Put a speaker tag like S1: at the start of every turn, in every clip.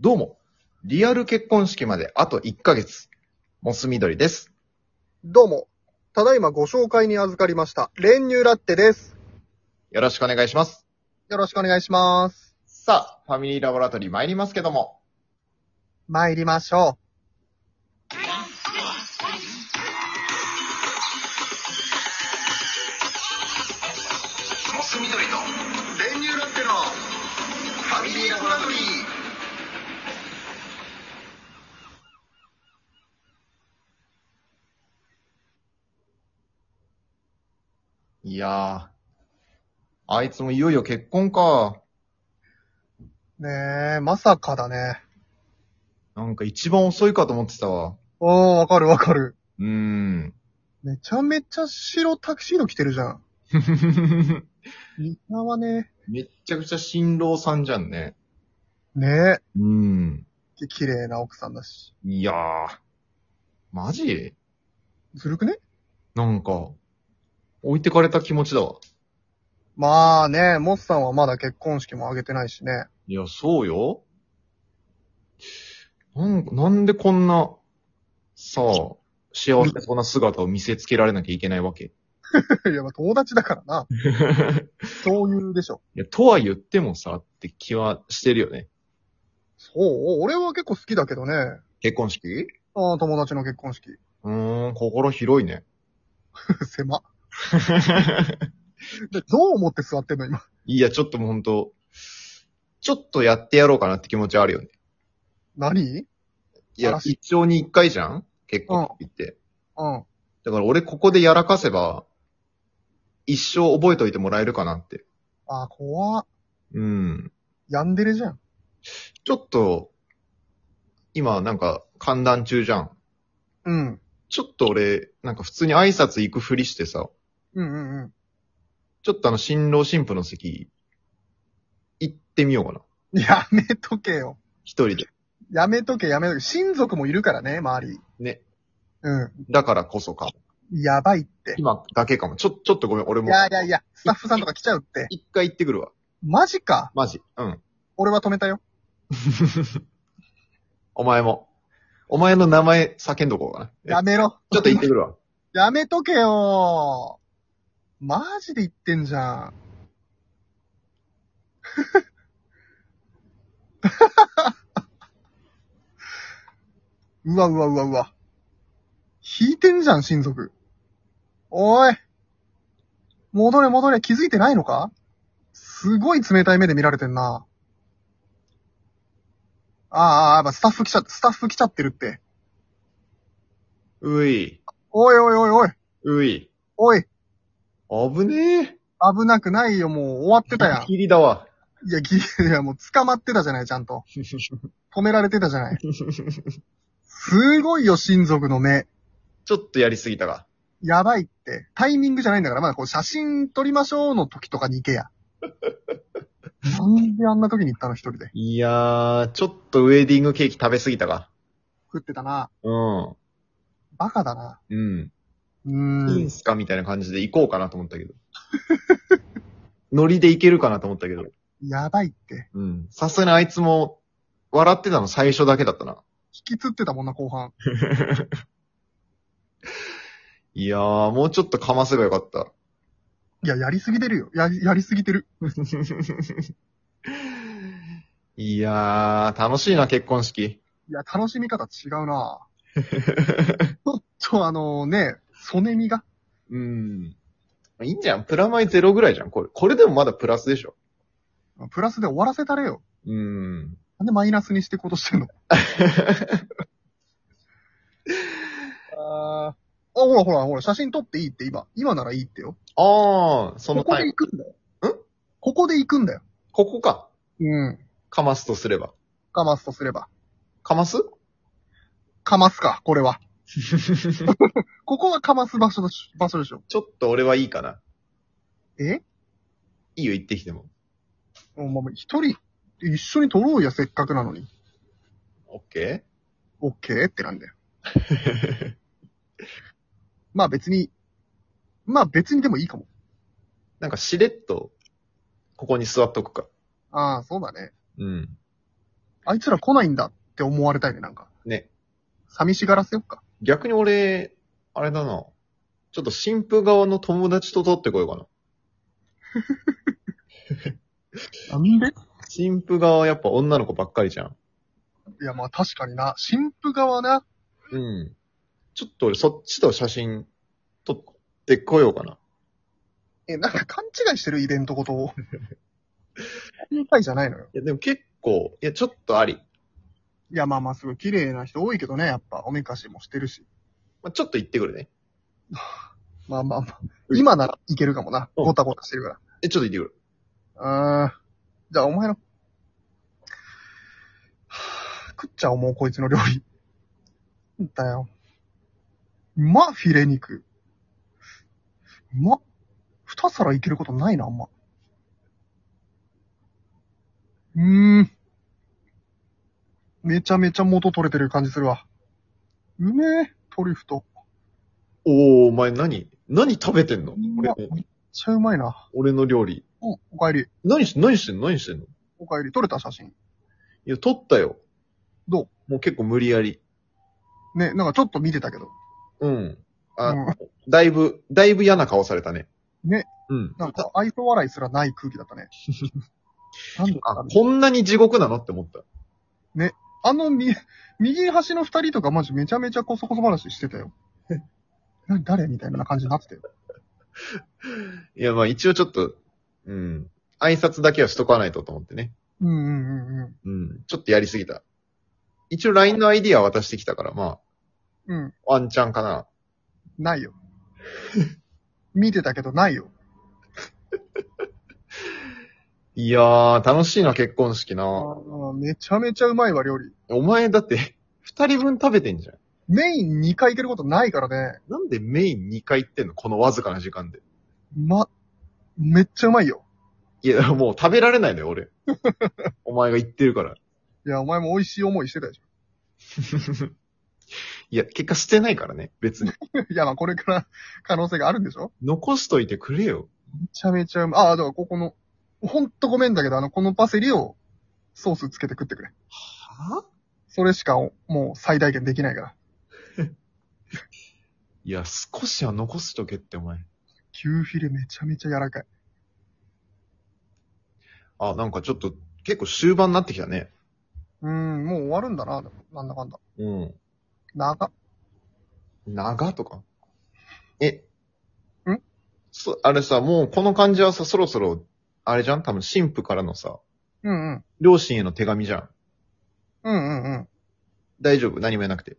S1: どうも、リアル結婚式まであと1ヶ月、モス緑です。
S2: どうも。ただいまご紹介に預かりました。練乳ラッテです。
S1: よろしくお願いします。
S2: よろしくお願いします。
S1: さあ、ファミリーラボラトリー参りますけども、
S2: 参りましょ
S3: モス緑と練乳ラッテのファミリーラボラトリー
S1: いやー、あいつもいよいよ結婚か。
S2: う。ねえ、まさかだね。
S1: なんか一番遅いかと思ってたわ。
S2: おー、わかるわかる。
S1: うーん。
S2: めちゃめちゃ白タキシード着てるじゃん。リナはね、
S1: めっちゃくちゃ新郎さんじゃんね。
S2: ね
S1: うーん。
S2: え、綺麗な奥さんだし。
S1: いやー、マジ
S2: ずるくね
S1: なんか、置いてかれた気持ちだわ。
S2: まあね、モスさんはまだ結婚式も挙げてないしね。
S1: いや、そうよ。なんか、なんでこんな、さあ、幸せそうな姿を見せつけられなきゃいけないわ け。い
S2: いや、まあ友達だからな。そういうでしょ。
S1: や、とは言ってもさ、って気はしてるよね。
S2: そう、俺は結構好きだけどね。
S1: 結婚式
S2: ああ、友達の結婚式。
S1: うーん、心広いね。
S2: 狭。でどう思って座ってんの今。
S1: いや、ちょっともうほんと、ちょっとやってやろうかなって気持ちはあるよね。
S2: 何
S1: いや、
S2: 嵐
S1: 一生に一回じゃん結婚式って。
S2: うん。
S1: だから俺ここでやらかせば、一生覚えといてもらえるかなって。
S2: あ、怖っ。
S1: うん。
S2: ヤンデレじゃん。
S1: ちょっと、今なんか、観覧中じゃん。
S2: うん。
S1: ちょっと俺、なんか普通に挨拶行くふりしてさ、
S2: うんうんうん。
S1: ちょっとあの、新郎新婦の席、行ってみようかな。
S2: やめとけよ。
S1: 一人で。
S2: やめとけやめとけ。親族もいるからね、周り。
S1: ね。
S2: う
S1: だからこそか。
S2: ん。やばいって。
S1: 今だけかも。ちょ、ちょっとごめん、俺
S2: い
S1: も。
S2: やいやいや、スタッフさんとか来ちゃうって。
S1: 一回行ってくるわ。
S2: マジか。
S1: マジ。うん。
S2: 俺は止めたよ。
S1: お前も。お前の名前叫んどこうかな。
S2: やめろ。
S1: ちょっと行ってくるわ。
S2: やめとけよ。マジで言ってんじゃん。 うわうわうわうわ。引いてんじゃん、親族。おい。戻れ戻れ、気づいてないのかすごい冷たい目で見られてんな。ああああ、やっぱスタッフ来ちゃ、スタッフ来ちゃってるって。
S1: うい。
S2: おいおいおいおい、
S1: うい。
S2: おい。
S1: 危ねえ。
S2: 危なくないよ、もう終わってたや ん。
S1: ギリだわ。
S2: いや、ぎ、いや、もう捕まってたじゃない、ちゃん と。止められてたじゃ ない。すごいよ、親族の目。
S1: ちょっとやりすぎたが。
S2: やばいって。タイミングじゃないんだから、まだこう、写真撮りましょうの時とかに行け や。なんであんな時に行ったの、一人で。
S1: いやー、ちょっとウェディングケーキ食べ過ぎたか。
S2: 食ってたな。
S1: うん。
S2: バカだな。
S1: うん。
S2: うー
S1: いい
S2: ん
S1: ん。すかみたいな感じで行こうかなと思ったけど。 ノリで行けるかなと思ったけど。
S2: やばいって。
S1: うん。さすがにあいつも、笑ってたの最初だけだったな。
S2: 引きつってたもんな、後半。
S1: いやー、もうちょっとかませばよかった。
S2: いや、やりすぎてるよ。やり、やりすぎてる。
S1: いやー、楽しいな、結婚式。
S2: いや、楽しみ方違う なちょっとあのね、ソネミが。
S1: うん。いいんじゃん。プラマイゼロぐらいじゃん。これ、これでもまだプラスでしょ。
S2: プラスで終わらせたれよ。
S1: うん。
S2: なんでマイナスにしてことしてんのあーあ、ほらほらほら、写真撮っていいって今。今ならいいってよ。
S1: あー、その
S2: ここ
S1: タ
S2: で
S1: イム。
S2: 行くんだよ。んここで行くんだよ。
S1: ここか。
S2: うん。
S1: かますとすれば。
S2: かますとすれば。
S1: かます
S2: かますか、これは。ここはかます場所だし、場所でしょ。
S1: ちょっと俺はいいかな。
S2: え
S1: いいよ、行ってきても。
S2: お前、一人、一緒に撮ろうや、せっかくなのに。
S1: オッケ
S2: オッケーってなんだ よ。まあ別に、まあ別にでもいいかも。
S1: ーなんかしれっと、ここに座っとくか。
S2: ああ、そうだね。
S1: うん。
S2: あいつら来ないんだって思われたいね、なんか。
S1: ね。
S2: 寂しがらせよっか。
S1: 逆に俺、あれだな。ちょっと新婦側の友達と取ってこようかな。
S2: なんで
S1: 新婦側はやっぱ女の子ばっかりじゃん。
S2: いや、まあ確かにな。新婦側な。
S1: うん。ちょっと俺そっちと写真撮ってこようかな。
S2: え、なんか勘違いしてるイベントことを。今回じゃないのよ。
S1: いや、でも結構、いや、ちょっとあり。
S2: いや、まあまあすごい綺麗な人多いけどね、やっぱ。おめかしもしてるし。
S1: まあ、ちょっと行ってくるね。
S2: まあまあまあ。今ならいけるかもな。
S1: うん
S2: ごたごたしてるから。
S1: え、ちょっと行ってくる。
S2: あーじゃあお前の。はぁ食っちゃおう、もうこいつの料理。なんだよ。うまっ、フィレ肉。うまっ。二皿いけることないな、あんま。うーん。めちゃめちゃ元取れてる感じするわ。うめえ、トリュフと。
S1: おー、お前何何食べてんの俺の
S2: うまめっちゃうまいな。
S1: 俺の料理。
S2: お、おかえり。
S1: 何し、何してんの何してんのい
S2: おかえり。撮れた写真。
S1: や、撮ったよ。
S2: ど
S1: もう結構無理やり。
S2: うね、なんかちょっと見てたけど。
S1: うん。あ、
S2: うん
S1: だいぶ、だいぶ嫌な顔されたね。
S2: ね。
S1: うん。
S2: なんか、愛想笑いすらない空気だった ね。なんだ
S1: あ
S2: ろ、う
S1: こんなに地獄なのって思った。
S2: あの、み、右端の二人とかマジめちゃめちゃコソコソ話して たよ。な誰みたいな感じになってたよ。
S1: いや、まあ一応ちょっと、うん。挨拶だけはしとかないとと思ってね。
S2: うんうんうんう
S1: うん。ちょっとやりすぎた。一応 LINE の ID は渡してきたから、ま
S2: ん。うん。
S1: あ、ワンチャンかな。
S2: ない よ。見てたけどないよ。
S1: いやー、楽しいな、結婚式
S2: あ
S1: な。
S2: ーめちゃめちゃうまいわ、料理。
S1: お前だって、 二人分食べてんじゃん。
S2: メイン2回いけることないからね。
S1: なんでメイン2回行ってんのこのわずかな時間で。
S2: ま、めっちゃうまいよ。
S1: いや、もう食べられないのよ、俺。 お前が言ってるから。
S2: いや、お前も美味しい思いしてたでし
S1: いや、結果してないからね、別に。
S2: ょ。 いや、まあこれから可能性があるんでしょ
S1: 残しといてくれよ。
S2: めちゃめちゃうまい。ああ、だからここの、ほんとごめんだけど、あの、このパセリをソースつけて食ってくれ。
S1: はぁ
S2: それしかおもう最大限できないから。
S1: いや、少しは残しとけって、お前。
S2: 牛フィレめちゃめちゃ柔らかい。
S1: あ、なんかちょっと、結構終盤になってきたね。
S2: うーん、もう終わるんだな、でもなんだかんだ。
S1: うん。
S2: 長っ。
S1: 長とかえ
S2: ん
S1: そ、あれさ、もうこの感じはさ、そろそろ、あれじゃん多分、神父からのさ、
S2: うんうん。
S1: 両親への手紙じゃん。
S2: うんうんうん。
S1: 大丈夫何も言えなくて。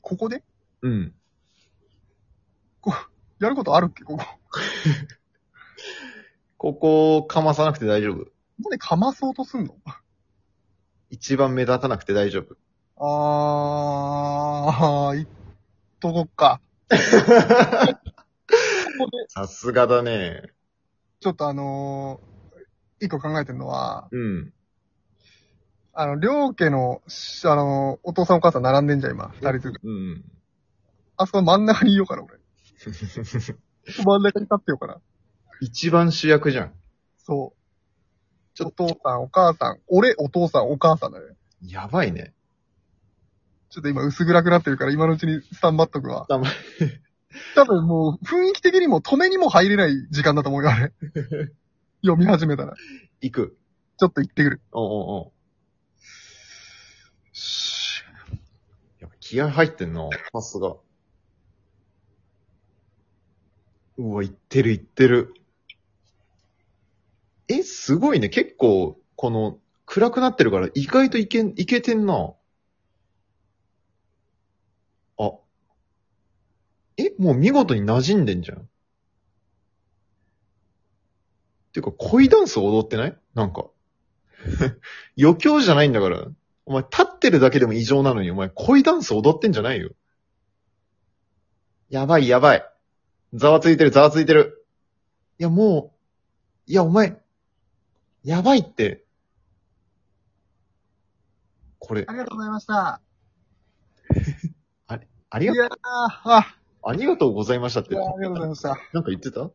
S2: ここで
S1: うん。
S2: やることあるっけここ。
S1: ここ、かまさなくて大丈夫。
S2: なんでかまそうとすんの
S1: 一番目立たなくて大丈 夫。
S2: あー、いっとこっか。ここで、
S1: さすがだね。
S2: ちょっとあのー、一個考えてるのは、
S1: うん。
S2: あの、両家の、しあのー、お父さんお母さん並んでんじゃん、今。二人ずつ。
S1: うん。
S2: あそこ真ん中にいようかな、 俺。真ん中に立ってようかな。
S1: 一番主役じゃん。
S2: そう。
S1: ちょ
S2: お父さん、お母さん、俺、お父さん、お母さんだね。
S1: やばいね。
S2: ちょっと今薄暗くなってるから、今のうちにスタンバっとくわ。
S1: スタンバ
S2: 多分もう、雰囲気的にも止めにも入れない時間だと思うよ、あ れ。読み始めたら。
S1: 行く。
S2: ちょっと行ってくる。
S1: おうおうおうやっぱ気合入ってんな。さすが。うわ、行ってる行ってる。え、すごいね。結構、この、暗くなってるから、意外といけん、いけてんな。あ。え、もう見事に馴染んでんじゃん。てか、恋ダンス踊ってないなんか。 余興じゃないんだから。お前立ってるだけでも異常なのに、お前恋ダンス踊ってんじゃないよ。やばいやばい。ざわついてるざわついてる。いやもう、いやお前、やばいって。これ、
S2: りがとうございました。
S1: あり
S2: い
S1: が、
S2: やー、あ、
S1: ありがとうございましたっ
S2: い
S1: て。
S2: やー
S1: な
S2: ありがとうございました。
S1: んか言ってた
S2: うん。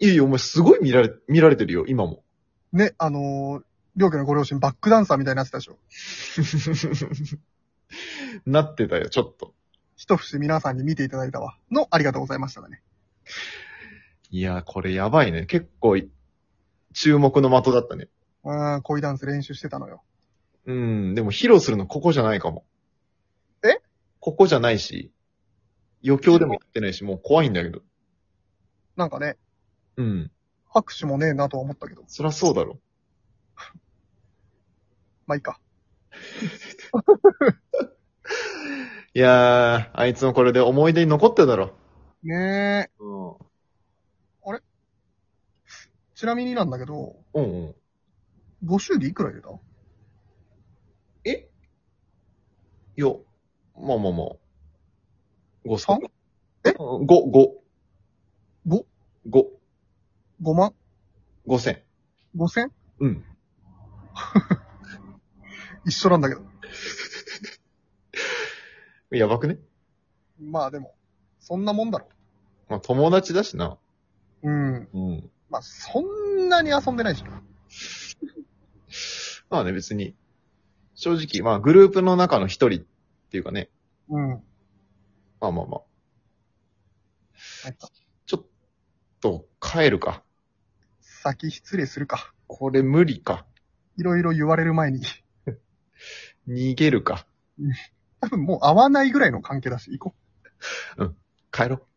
S1: いやいや、お前すごい見られ、見られてるよ、今も。
S2: ね、あのーりょうくんのご両親バックダンサーみたいになってたでしょ。
S1: なってたよ、ちょっと。
S2: 一節皆さんに見ていただいたわ。の、ありがとうございましただね。
S1: いやー、これやばいね。結構い、注目の的だったね。
S2: うーん、恋ダンス練習してたのよ。
S1: うん、でも披露するのここじゃないかも。
S2: え
S1: ここじゃないし、余興でもやってないし、もう怖いんだけど。
S2: なんかね、
S1: うん。
S2: 拍手もねえなとは思ったけど。
S1: そりゃそうだろ。
S2: まあいいか。
S1: いやー、あいつもこれで思い出に残ってるだろ。
S2: ねえ。
S1: う
S2: ちなみになんだけど、
S1: ん。うんうん。
S2: 募集でいくら入れた
S1: えいや、まあまあまあ。5
S2: 三え
S1: ?5、5。
S2: ご
S1: ?5、
S2: ?5 万
S1: 5千。
S2: ?5 千
S1: うん。
S2: 一緒なんだけど。
S1: やばくね
S2: まあでも、そんなもんだろ。
S1: まあ友達だしな。
S2: うん。
S1: うん。
S2: まあそんなに遊んでないし。
S1: まあね、別に。正直、まあグループの中の一人っていうかね。
S2: うん。
S1: まあまあまあ。
S2: なんか
S1: ちょっと、帰るか。
S2: 先失礼するか。
S1: これ無理か。
S2: いろいろ言われる前に。
S1: 逃げるか。
S2: 多分もう会わないぐらいの関係だし、行こう。
S1: 帰ろう。